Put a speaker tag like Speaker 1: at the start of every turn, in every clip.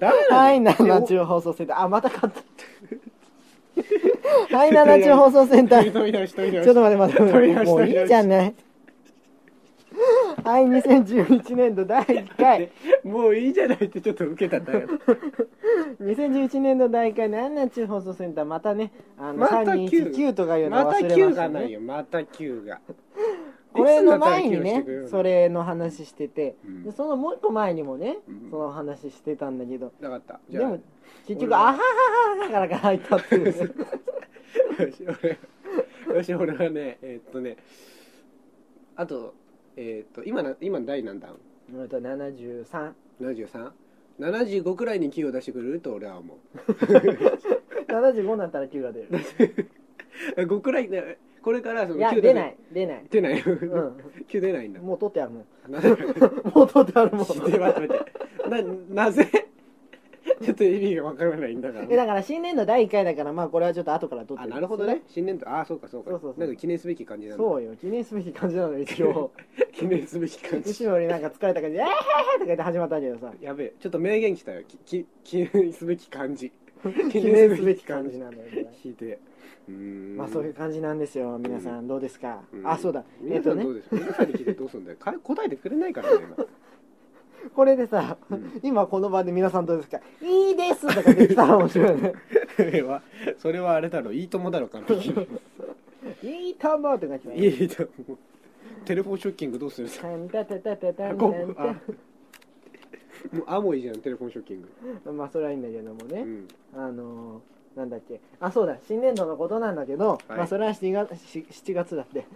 Speaker 1: 誰なの
Speaker 2: はい、七中放送センター。あ、また買った。はい、七中放送センタ
Speaker 1: 飛び
Speaker 2: ー。
Speaker 1: 飛び出し飛び出し
Speaker 2: ちょっと待って待って
Speaker 1: 飛び出
Speaker 2: 待って。
Speaker 1: し
Speaker 2: も
Speaker 1: 飛
Speaker 2: う
Speaker 1: び
Speaker 2: い
Speaker 1: 出
Speaker 2: い
Speaker 1: し
Speaker 2: じゃない。はい、2011年度第1回。
Speaker 1: もういいじゃないってちょっと受けたんだよ
Speaker 2: 2011年度第1回、七中放送センター。またね、あの、
Speaker 1: また
Speaker 2: 3219とかいうの
Speaker 1: ま
Speaker 2: 忘れま
Speaker 1: た
Speaker 2: した、ね。
Speaker 1: 9がないよまた9が
Speaker 2: これの前にね
Speaker 1: いつになったら Q してくれるの
Speaker 2: それの話してて、
Speaker 1: うん
Speaker 2: でそのもう一個前にもね、
Speaker 1: うん
Speaker 2: その話してたんだけど
Speaker 1: なかったじ
Speaker 2: で
Speaker 1: ゃあ
Speaker 2: も
Speaker 1: 俺
Speaker 2: 結局「
Speaker 1: は
Speaker 2: あははは」からが入ったっていうね
Speaker 1: よし俺よし俺はねえーっとねあとえーっと今な今の第何弾
Speaker 2: うんと7373
Speaker 1: 73?75 くらいに9を出してくれると俺は思
Speaker 2: 75になったら9が出 る
Speaker 1: う5くらいねこれからその
Speaker 2: い
Speaker 1: 9
Speaker 2: や出ない出ない
Speaker 1: 出ない、
Speaker 2: ん
Speaker 1: 9出ないんだ
Speaker 2: もう取ってあるもん
Speaker 1: なぜ
Speaker 2: もう取ってあるもん
Speaker 1: 待って待ってななぜちょっと意味がわからないんだか
Speaker 2: え
Speaker 1: ら
Speaker 2: だから新年度第1回だからまあこれはちょっと後から取って
Speaker 1: あ
Speaker 2: る
Speaker 1: なるほどね新年度あそうかそうか
Speaker 2: そうそうそう
Speaker 1: なんか記念すべき感じなんだ
Speaker 2: そうよ記念すべき感じなのよ一 応
Speaker 1: 記念すべき感
Speaker 2: うち
Speaker 1: じ
Speaker 2: よりなんか疲れた感じで「えーへーへー」とか言って始まったけどさ
Speaker 1: やべえちょっと名言来たよきき記念すべき感じ
Speaker 2: 記念すべき感じなのよこれ
Speaker 1: 聞いてうーん
Speaker 2: まあそういう感じなんですよ皆さんどうですか、
Speaker 1: うん
Speaker 2: あそうだえ
Speaker 1: 皆
Speaker 2: っ
Speaker 1: さ
Speaker 2: と
Speaker 1: ん
Speaker 2: ね
Speaker 1: どうですか皆さんに聞いてどうすんだよか答えてくれないからね
Speaker 2: これでさ、
Speaker 1: うん
Speaker 2: 今この場で皆さんどうですか「いいです」とかできたら面白 いね
Speaker 1: 今それはそれはあれだろいいともだろ完璧に
Speaker 2: 「いいと思う」とか来た
Speaker 1: いいともテレフォンショッキングどうするさ
Speaker 2: タンタタタタタ
Speaker 1: あ
Speaker 2: ン
Speaker 1: こ
Speaker 2: タン
Speaker 1: あもうアモイじゃんテレフォンショッキング
Speaker 2: タンまあそれはいいんだけども
Speaker 1: う
Speaker 2: ね、
Speaker 1: ん
Speaker 2: あのーなんだっけあそうだ新年度のことなんだけど、
Speaker 1: はい
Speaker 2: まあそれは7月し7月だって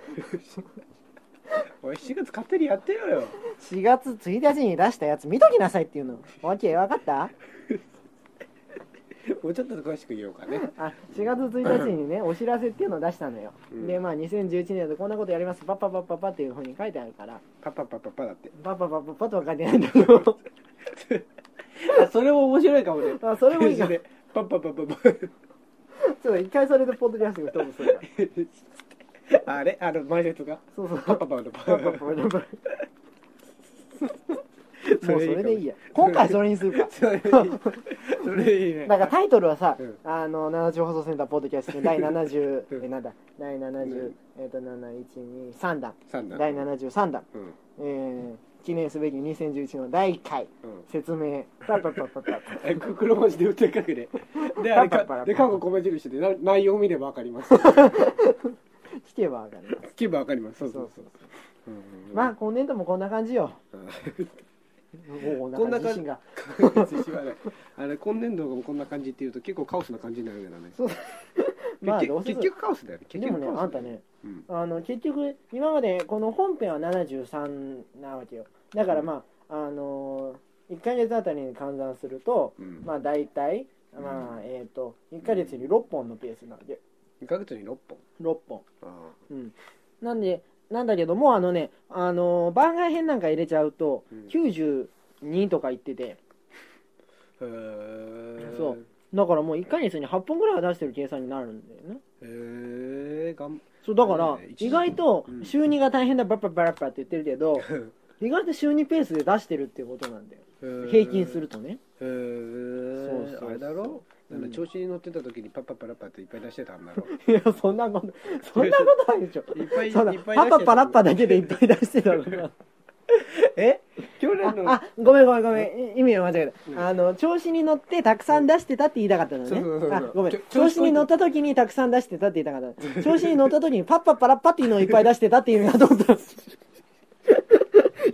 Speaker 1: おい7月勝手にやってよよ
Speaker 2: 4月1日に出したやつ見ときなさいっていうのわけわかった
Speaker 1: もうちょっと詳しく言おうかね
Speaker 2: あ4月1日にねお知らせっていうのを出したのよ、
Speaker 1: うん
Speaker 2: でまあ2011年度こんなことやりますパッパッパッパッパっていうふうに書いてあるから
Speaker 1: パパパパパだって
Speaker 2: パッパッパッパッパとは書いてないんだけど
Speaker 1: それも面白いかもね
Speaker 2: あそれもいいか
Speaker 1: ページでパパパパパ
Speaker 2: ちょっと一回それでポッドキャストに飛ぶするから
Speaker 1: あれあの前説が
Speaker 2: そうそう
Speaker 1: パパパパパ
Speaker 2: パッパッパッパッパもうそれでいいや今回それにするか
Speaker 1: それいいかもそれいいね
Speaker 2: だからタイトルはさ、
Speaker 1: うん
Speaker 2: あの70放送センターポッドキャ ストの第70、
Speaker 1: うん
Speaker 2: えなんだ第70、
Speaker 1: うん
Speaker 2: えっ、と723弾
Speaker 1: 三段
Speaker 2: 第73弾、
Speaker 1: うん
Speaker 2: えー、記念すべき2011の第1回
Speaker 1: うん
Speaker 2: 説明パッパッパッパッパッ
Speaker 1: えく黒文字で打って書くねであれ
Speaker 2: パパパ
Speaker 1: か
Speaker 2: パ
Speaker 1: で過去米印でな内容を見ればわかります
Speaker 2: 聞けばわかる
Speaker 1: 聞けばわかりますそう
Speaker 2: そ
Speaker 1: そうう
Speaker 2: そ
Speaker 1: そうう
Speaker 2: そ
Speaker 1: うん
Speaker 2: う
Speaker 1: うんうん
Speaker 2: まあ今年度もこんな感じよ
Speaker 1: うん
Speaker 2: もう
Speaker 1: こん
Speaker 2: な
Speaker 1: なん
Speaker 2: か
Speaker 1: 感
Speaker 2: 自
Speaker 1: じ寿
Speaker 2: 信が
Speaker 1: 司はねあれ今年度がこんな感じっていうと結構カオスな感じになるからね
Speaker 2: そうまあ
Speaker 1: け
Speaker 2: どうせ
Speaker 1: 結局カオスだよね結
Speaker 2: でも
Speaker 1: 局
Speaker 2: ね
Speaker 1: カオス
Speaker 2: あんたね
Speaker 1: うん
Speaker 2: あの結局今までこの本編は73なわけよだからまあ、あの1ヶ月あたりに換算すると、
Speaker 1: うん
Speaker 2: まあ大体、
Speaker 1: うん
Speaker 2: まあえっ、と1ヶ月に6本のペースなわけ
Speaker 1: 2ヶ月に6本
Speaker 2: 6本
Speaker 1: あ
Speaker 2: うんなんでなんだけどもあのね、あの番外編なんか入れちゃうと、
Speaker 1: うん
Speaker 2: 92とか言ってて
Speaker 1: あへえ
Speaker 2: そうだからもう1ヶ月に8本ぐらいは出してる計算になるんだよね
Speaker 1: へえがん
Speaker 2: そうだから
Speaker 1: いいね一時
Speaker 2: 意外と
Speaker 1: うん
Speaker 2: 週2が大変だバラバラバラバラって言ってるけど意外と週2ペースで出してるっていうことなんだよ平均するとね
Speaker 1: へえ
Speaker 2: そうそうそう
Speaker 1: あれだろ
Speaker 2: うん
Speaker 1: なんか調子に乗ってた時にパッパッパラッパっていっぱい出してたんだろ
Speaker 2: いやそんなことそんなことないでしょ
Speaker 1: いっぱいいっ
Speaker 2: そ
Speaker 1: ぱ
Speaker 2: うだ
Speaker 1: い出してた
Speaker 2: パパパラッパだけでいっぱい出してたのか
Speaker 1: え去年
Speaker 2: あ
Speaker 1: の
Speaker 2: あごめんごめんごめん意味を間違え
Speaker 1: うん
Speaker 2: たあの調子に乗ってたくさん出してたって言いたかったの
Speaker 1: そう
Speaker 2: ね
Speaker 1: そうそうそう
Speaker 2: あごめん
Speaker 1: ちょ
Speaker 2: 調子に乗った時にたくさん出してたって言いたかったの調子に乗った時にパッパッパラッパっていうのをいっぱい出してたっていうのかと思ったい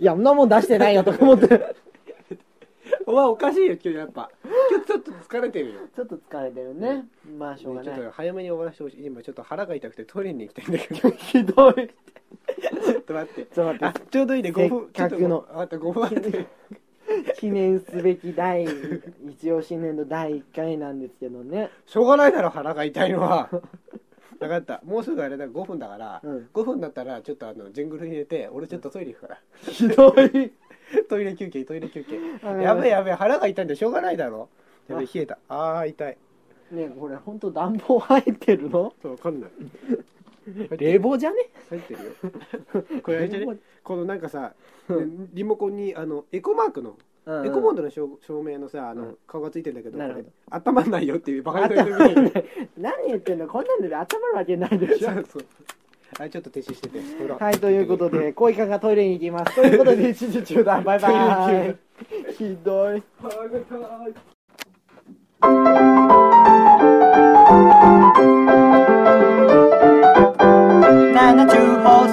Speaker 2: やそんなもん出して ないよとか思って
Speaker 1: お前おかしいよ今日やっぱ今日ちょっと疲れてるよ
Speaker 2: ちょっと疲れてるね。まあ、し
Speaker 1: ち
Speaker 2: ょう
Speaker 1: ょ
Speaker 2: が
Speaker 1: っ
Speaker 2: ない。
Speaker 1: と早めに終わらせてほしい今ちょっと腹が痛くてトイレに行きたいんだけど
Speaker 2: ひどい。
Speaker 1: ちょっと待って
Speaker 2: ちょっと
Speaker 1: あ
Speaker 2: 待
Speaker 1: ちょうどいいね5分
Speaker 2: せっかくの
Speaker 1: ちょっとあと5分待って
Speaker 2: って、 記念すべき第、一応新年度第1回なんですけどね。
Speaker 1: しょうがないだろ腹が痛いの は分かったもうすぐあれだ5分だから、
Speaker 2: うん
Speaker 1: 5分だったらちょっとあのジングル入れて俺ちょっとトイレ行くから、
Speaker 2: ひどい。
Speaker 1: トイレ休憩トイレ休憩
Speaker 2: あ
Speaker 1: やべえやべえ腹が痛いんでしょうがないだろやべえ
Speaker 2: あ
Speaker 1: 冷えたあー痛い
Speaker 2: ねこれ、ほんと暖房入ってるの
Speaker 1: そう分かんない
Speaker 2: 冷房じゃね
Speaker 1: 入ってるよこれあれじゃねこのなんかさリモコンにあのエコマークの
Speaker 2: うんうん
Speaker 1: エコボンドの照照明のさあの、
Speaker 2: うん
Speaker 1: 顔がついてんだけど
Speaker 2: なるほど
Speaker 1: これ頭んないよっていうバカにされ
Speaker 2: 頭
Speaker 1: てる
Speaker 2: ない何言ってんのこんなんで頭るわけないで
Speaker 1: じ
Speaker 2: し
Speaker 1: ゃ
Speaker 2: ょ
Speaker 1: あ そうあれちょっと停止しててほら
Speaker 2: はいということで恋かがトイレに行きますということで一時中 断バイバイひどい
Speaker 3: 七中放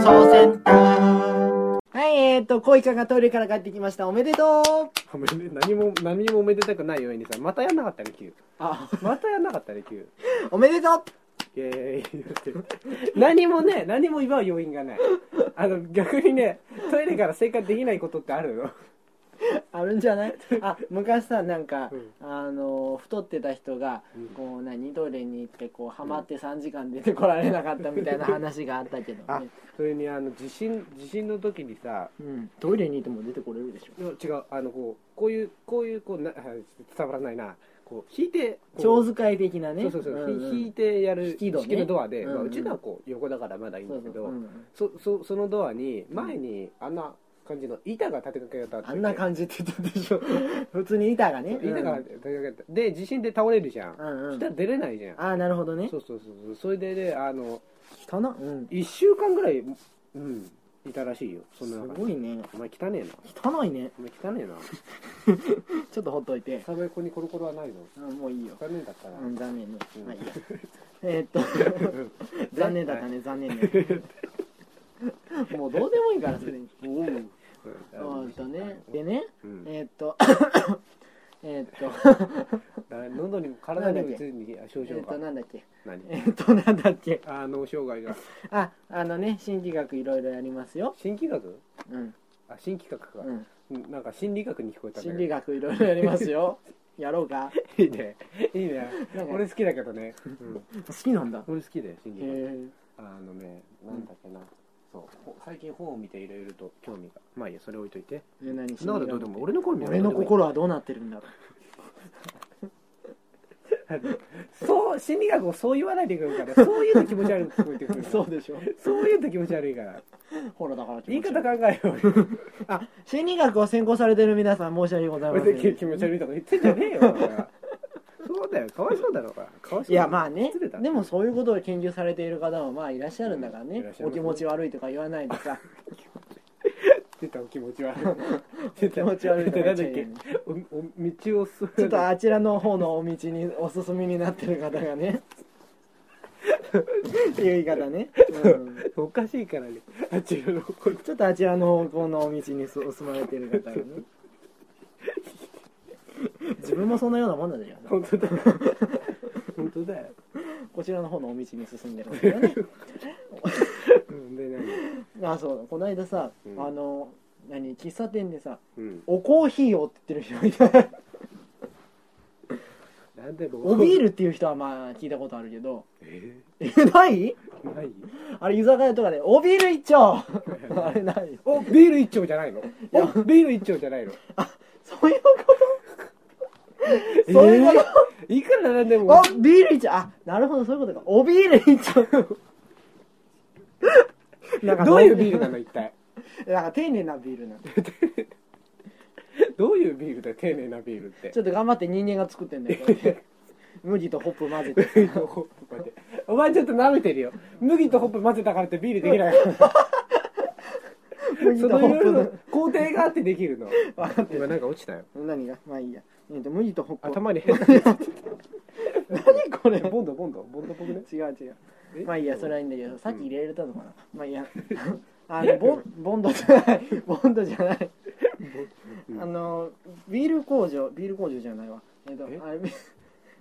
Speaker 3: 送センター
Speaker 2: はいえー、っと恋かがトイレから帰ってきましたおめでとう
Speaker 1: ごめんね何も何もおめでたくないようにさまたやんなかったね9
Speaker 2: あ
Speaker 1: またやんなかったね9
Speaker 2: おめでとう
Speaker 1: イエーイ何もね何も祝う要因がないあの逆にねトイレから生活できないことってあるの
Speaker 2: あるんじゃ ないあ昔さなんか、
Speaker 1: うん
Speaker 2: あの太ってた人が、
Speaker 1: うん
Speaker 2: こう何トイレに行ってこうハマって3時間出てこられなかったみたいな話があったけど
Speaker 1: あ
Speaker 2: ね、
Speaker 1: それにあの地震地震の時にさ
Speaker 2: うん、トイレに行っても出てこれるでしょ
Speaker 1: いや違うあのこうこういうこういうこうなあ伝わらないなこう引いてこう
Speaker 2: 超使い的なね
Speaker 1: そうそうそう、
Speaker 2: んん
Speaker 1: ひ引いてやる
Speaker 2: 引き戸ね
Speaker 1: のドアで、
Speaker 2: うんうん
Speaker 1: まあ、うちのはこう横だからまだいいん
Speaker 2: そ
Speaker 1: だ
Speaker 2: う
Speaker 1: け
Speaker 2: そう
Speaker 1: ど
Speaker 2: そうう
Speaker 1: そ
Speaker 2: ん
Speaker 1: そそのドアに前にあんな感じの板が立てかけた
Speaker 2: あんな感じって言ってたでしょ 普通に板がね
Speaker 1: 板が
Speaker 2: う
Speaker 1: 立
Speaker 2: ん
Speaker 1: てかけたで地震で倒れるじゃん、
Speaker 2: うんう
Speaker 1: そ
Speaker 2: ん
Speaker 1: したら出れないじゃん、
Speaker 2: ああなるほどね
Speaker 1: そうそうそうそうそれでねあの
Speaker 2: 汚なうん
Speaker 1: 1週間ぐらいうんいたらしいよそんな
Speaker 2: す
Speaker 1: 中に
Speaker 2: ごいね
Speaker 1: お前汚ねえな
Speaker 2: 汚いね
Speaker 1: お前汚ねえな
Speaker 2: ちょっとほっといて
Speaker 1: サメコにコロコロはないの
Speaker 2: あもういいよ
Speaker 1: 残念だったな、
Speaker 2: うん残念ね
Speaker 1: うん
Speaker 2: まあいいやえーっと残念だったね残念ね もうどうでもいいからそれに
Speaker 1: うん
Speaker 2: そうとねでね
Speaker 1: うん
Speaker 2: えーっと えーっと
Speaker 1: だから喉にも体にもついに症
Speaker 2: え
Speaker 1: 状
Speaker 2: ーっと
Speaker 1: が
Speaker 2: なんだっけ
Speaker 1: 何
Speaker 2: えーっとなんだっけ
Speaker 1: あ脳障害が
Speaker 2: ああのね心理学いろいろやりますよ
Speaker 1: 新企画
Speaker 2: うん
Speaker 1: あ新企画か
Speaker 2: う、ん
Speaker 1: うんなんか心理学に聞こえたんだ
Speaker 2: 心
Speaker 1: け
Speaker 2: 理
Speaker 1: ど
Speaker 2: 学いろいろやりま すよやろうか
Speaker 1: いいねいいね
Speaker 2: なんか
Speaker 1: 俺好きだけどね、うん、
Speaker 2: 好きなんだへ
Speaker 1: 俺好きだよ心理学
Speaker 2: え
Speaker 1: あのねなんだっけな、そうほ最近本を見ていろいろと興味がまあいいやそれ置いといて
Speaker 2: え何
Speaker 1: そんなことどうでも俺の好みは
Speaker 2: 俺の心はどうなってるんだ
Speaker 1: そう心理学をそう言わないでくれるからそういうと気持ち悪いって聞こえてくる
Speaker 2: そうでしょ
Speaker 1: そういうと気持ち悪いから
Speaker 2: ほらだから気
Speaker 1: 言
Speaker 2: 持
Speaker 1: い
Speaker 2: ち悪
Speaker 1: 方考えようよ
Speaker 2: 心理学を専攻されてる皆さん申し訳ございま
Speaker 1: 俺
Speaker 2: せ
Speaker 1: だけ気
Speaker 2: ん
Speaker 1: 持ち悪いとか言ってんじゃねえよお前はそうだよかわいそうだろうがかわいそう
Speaker 2: い
Speaker 1: い
Speaker 2: やまあねでもそういうことを研究されている方もまあいらっしゃるんだから
Speaker 1: う
Speaker 2: ね
Speaker 1: んいらっしゃい
Speaker 2: お
Speaker 1: ます
Speaker 2: 気持ち悪いとか言わない でさ
Speaker 1: 出 たお気持ち悪い
Speaker 2: 気持ち悪いと
Speaker 1: 出
Speaker 2: か
Speaker 1: たな
Speaker 2: 言っ
Speaker 1: ん
Speaker 2: ち
Speaker 1: だっ
Speaker 2: ゃい
Speaker 1: け
Speaker 2: けない
Speaker 1: おお道を進む
Speaker 2: ちょっとあちらの方のお道におすすめになってる方 がねっていう言い方ね、うん
Speaker 1: おかしいからねあちらのこ
Speaker 2: ちょっとあちらの方向のお道にすお住まれてる方が ね自分もそのようなもんなんだよ
Speaker 1: 本当だ よ本当だよ、
Speaker 2: こちらの方のお道に進んでる方 がね
Speaker 1: うん、で何
Speaker 2: あそうこの間さ、
Speaker 1: うん
Speaker 2: あの何喫茶店でさ
Speaker 1: うん
Speaker 2: 「おコーヒーを」って言ってる人がいた
Speaker 1: なんで僕
Speaker 2: おビー
Speaker 1: ル
Speaker 2: ルっていう人はまあ聞いたことあるけど
Speaker 1: え
Speaker 2: えない
Speaker 1: ー、ない
Speaker 2: あれ居酒屋とかで「おビール 一丁」あれない
Speaker 1: おビール一丁じゃないのおビール一丁じゃないの
Speaker 2: そういうことそういうこ
Speaker 1: え
Speaker 2: と、
Speaker 1: ーいくらなんでも
Speaker 2: おビール一丁あなるほどそういうことかおビール一丁 なんか
Speaker 1: どういうビールなの一体
Speaker 2: なんか丁寧なビールなんで
Speaker 1: どういうビールだよ丁寧なビールって
Speaker 2: ちょっと頑張って人間が作ってんだよこうや って麦とホップ混ぜて
Speaker 1: 麦とホップ混ぜてお前ちょっと舐めてるよ麦とホップ混ぜたからってビールできないから
Speaker 2: 麦
Speaker 1: そ
Speaker 2: と
Speaker 1: の
Speaker 2: ホ
Speaker 1: いろい
Speaker 2: ップ
Speaker 1: ろ
Speaker 2: の
Speaker 1: の工程があってできるの
Speaker 2: 分かってる
Speaker 1: 今なんか落ちたよ
Speaker 2: 何がまあいいや、えー、と麦とホップ
Speaker 1: 頭に変な何
Speaker 2: 何これ
Speaker 1: ボンドボンドボンドっぽくね
Speaker 2: 違う違う
Speaker 1: え
Speaker 2: まあいいやそれはいいんだけどさっき入れられたのかな、ま あいいやあのボンボンドじゃない ボンドじゃないあのビール工場ビール工場じゃないわえっ、と
Speaker 1: え
Speaker 2: あれビ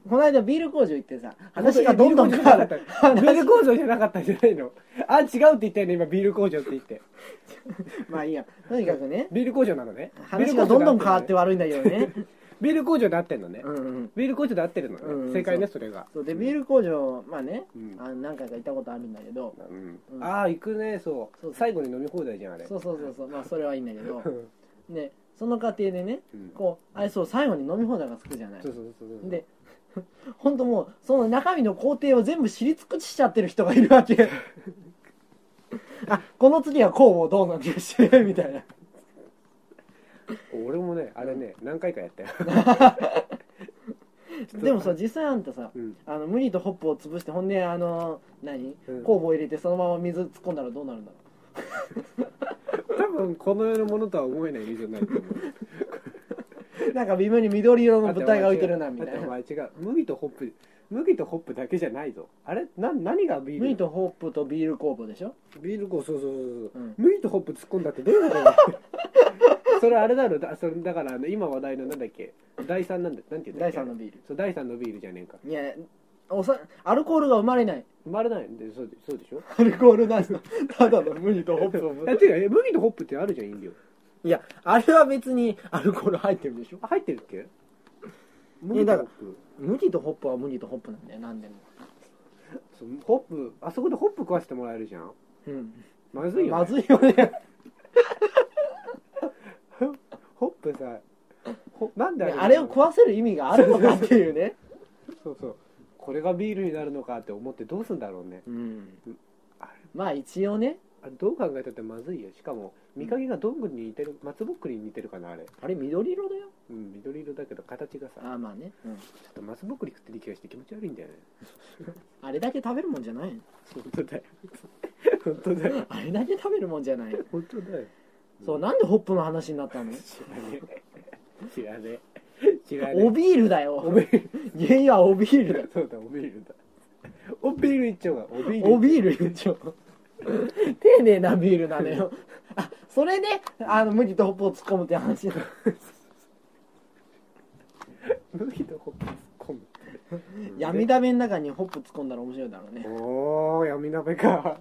Speaker 2: この間ビール工場行ってさ話がどんどん
Speaker 1: ビ
Speaker 2: 変わる
Speaker 1: ール工場じゃなかったビール工場じゃなかったんじゃないのあ違うって言ったよね今ビール工場って言って
Speaker 2: まあいいやとにかくね
Speaker 1: ビール工場なのね
Speaker 2: 話がどんどん変わって
Speaker 1: は
Speaker 2: 悪いんだけどね
Speaker 1: ビール工場で合ってんのね
Speaker 2: うんうん
Speaker 1: ビール工場で合ってるのね、
Speaker 2: うんうん
Speaker 1: 正解ねそれが
Speaker 2: そうでビール工場まあね、
Speaker 1: うん
Speaker 2: あの何回か行ったことあるんだけど
Speaker 1: うん
Speaker 2: うん
Speaker 1: ああ行くねそう
Speaker 2: そう
Speaker 1: 最後に飲み放題じゃんあれ
Speaker 2: そうそうそうそうまあそれはいいんだけど
Speaker 1: うん
Speaker 2: ねその過程でね
Speaker 1: うん
Speaker 2: こうあれそう最後に飲み放題がつくじゃない
Speaker 1: そうそうそうそう
Speaker 2: で本当もうその中身の工程を全部知り尽くしちゃってる人がいるわけあこの次はこうをどうなんてしてみたいな
Speaker 1: 俺もねあれね何回かやったよ
Speaker 2: でもさ実際あんたさ
Speaker 1: うん
Speaker 2: あの麦とホップを潰してほんであの何
Speaker 1: うん
Speaker 2: 酵母入れてそのまま水突っ込んだらどうなるんだろ
Speaker 1: 多分この世のものとは思えない水になると思う
Speaker 2: うなんか微妙に緑色の物体が浮いてるなみた
Speaker 1: だっ
Speaker 2: い
Speaker 1: てお
Speaker 2: な
Speaker 1: 前違う麦とホップ麦とホップだけじゃないぞあれな何がビール
Speaker 2: 麦とホップとビール酵母でしょ
Speaker 1: ビールこうそうそうそうそう、
Speaker 2: うん
Speaker 1: 麦とホップ突っ込んだってどういうことだ それあれだろだそれだからあの今話題のなんだっけ第三なんだなんていうんだっ
Speaker 2: 第
Speaker 1: け
Speaker 2: 3のビール
Speaker 1: そう第三のビールじゃねえか
Speaker 2: いやおさアルコールが生まれない
Speaker 1: 生まれないんでそうでそうでしょ
Speaker 2: アルコールなしのた だの麦とホップを
Speaker 1: えていうかえ麦とホップってあるじゃん飲料
Speaker 2: いやあれは別にアルコール入ってるでしょ
Speaker 1: あ入ってるっけ
Speaker 2: え
Speaker 1: 麦と
Speaker 2: だ
Speaker 1: ホ
Speaker 2: か
Speaker 1: ッ
Speaker 2: ら
Speaker 1: プ
Speaker 2: 麦とホップは麦とホップなんだよ何でも
Speaker 1: そうホップあそこでホップ食わせてもらえるじゃん
Speaker 2: うん
Speaker 1: まずいよ、ね、
Speaker 2: まずい よね
Speaker 1: ホップさほなんであれ
Speaker 2: あれを食わせる意味があるのかっていうね
Speaker 1: そうそうこれがビールになるのかって思ってどうすんだろうね
Speaker 2: うん
Speaker 1: あれ
Speaker 2: まあ一応ね
Speaker 1: あれどう考えたってまずいよしかも見かけがどんぐりに似てる松ぼっくりに似てるかなあれ
Speaker 2: あれ緑色だよ
Speaker 1: うん緑色だけど形がさ
Speaker 2: あまあね、うん、
Speaker 1: ちょっと松ぼっくり食ってる気がして気持ち悪いんだよね
Speaker 2: あれだけ食べるもんじゃない
Speaker 1: 本当だよ本当だよ
Speaker 2: あれだけ食べるもんじゃない
Speaker 1: 本当だよ
Speaker 2: そうなんでホップの話になったの
Speaker 1: 知らねえ知らねえ知らねえ
Speaker 2: おビールだ
Speaker 1: お
Speaker 2: よ
Speaker 1: ビー
Speaker 2: 原因はおビールだよ
Speaker 1: ルそうだおビールだおビールいっちゃおうがおビール
Speaker 2: おビール言っちゃう丁寧なビールなのよあそれであの麦とホップを突っ込むって話
Speaker 1: 麦とホップ突っ込む
Speaker 2: 闇鍋の中にホップ突っ込んだら面白いだろうね
Speaker 1: おお闇鍋か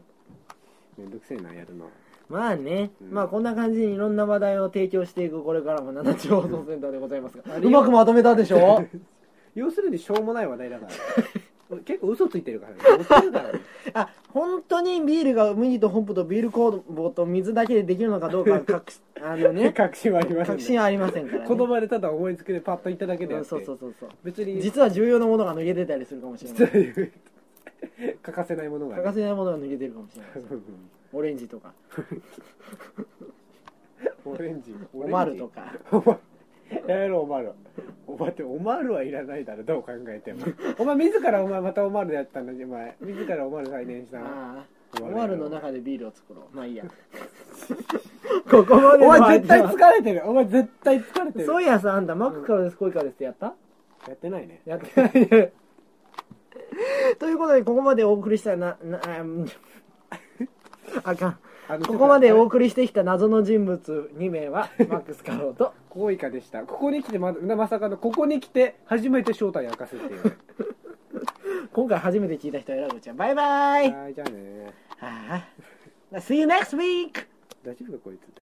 Speaker 1: めんどくせえなやるの
Speaker 2: まあね、
Speaker 1: うん
Speaker 2: まあこんな感じにいろんな話題を提供していくこれからも七地放送センターでございますがうまくまとめたでし ょ
Speaker 1: 要するにしょうもない話題だから 結構嘘ついてるからね嘘ついてるからね
Speaker 2: あ本当にビールが麦とホップとビール酵母と水だけでできるのかどうか は確あのね
Speaker 1: 確信はありません、
Speaker 2: 確信
Speaker 1: ね、
Speaker 2: ありませんから、ね、
Speaker 1: 言葉でただ思いつきでパッと言っただけであ
Speaker 2: う
Speaker 1: っ
Speaker 2: ん
Speaker 1: て
Speaker 2: そうそうそうそう
Speaker 1: 別に
Speaker 2: 実は重要なものが抜けてたりするかもしれな い
Speaker 1: 実は言う欠かせないものが
Speaker 2: 欠かせないものが抜けてるかも しれないです
Speaker 1: うん
Speaker 2: オレンジとか
Speaker 1: オレンジオレン
Speaker 2: オ
Speaker 1: ジ
Speaker 2: マルとか
Speaker 1: お前やめろおまるお前っておまるはいらないだろどう考えても お前自らお前またおまるやったんだお前自らおまる再燃したな
Speaker 2: あ
Speaker 1: オマ
Speaker 2: あオ
Speaker 1: ル
Speaker 2: マルの中でビールを作ろうまあいいや ここまで
Speaker 1: お
Speaker 2: の
Speaker 1: 前絶対
Speaker 2: 相手は
Speaker 1: 疲れてるお前絶対疲れてる
Speaker 2: そういやさあんたマックからです恋からですってやった
Speaker 1: やってないね
Speaker 2: やってないねということでここまでお送りしたななあうんあかん
Speaker 1: あの
Speaker 2: ここまでお
Speaker 1: こ
Speaker 2: 送りしてきた謎の人物2名はマックスカローと
Speaker 1: こ以下でしたここに来てままさかのここに来て初めて正体を明かすっていう
Speaker 2: 今回初めて聞いた人はえらこちゃんバイバイ
Speaker 1: はいじゃあね
Speaker 2: はあ See you next week!
Speaker 1: 大丈夫かこいつ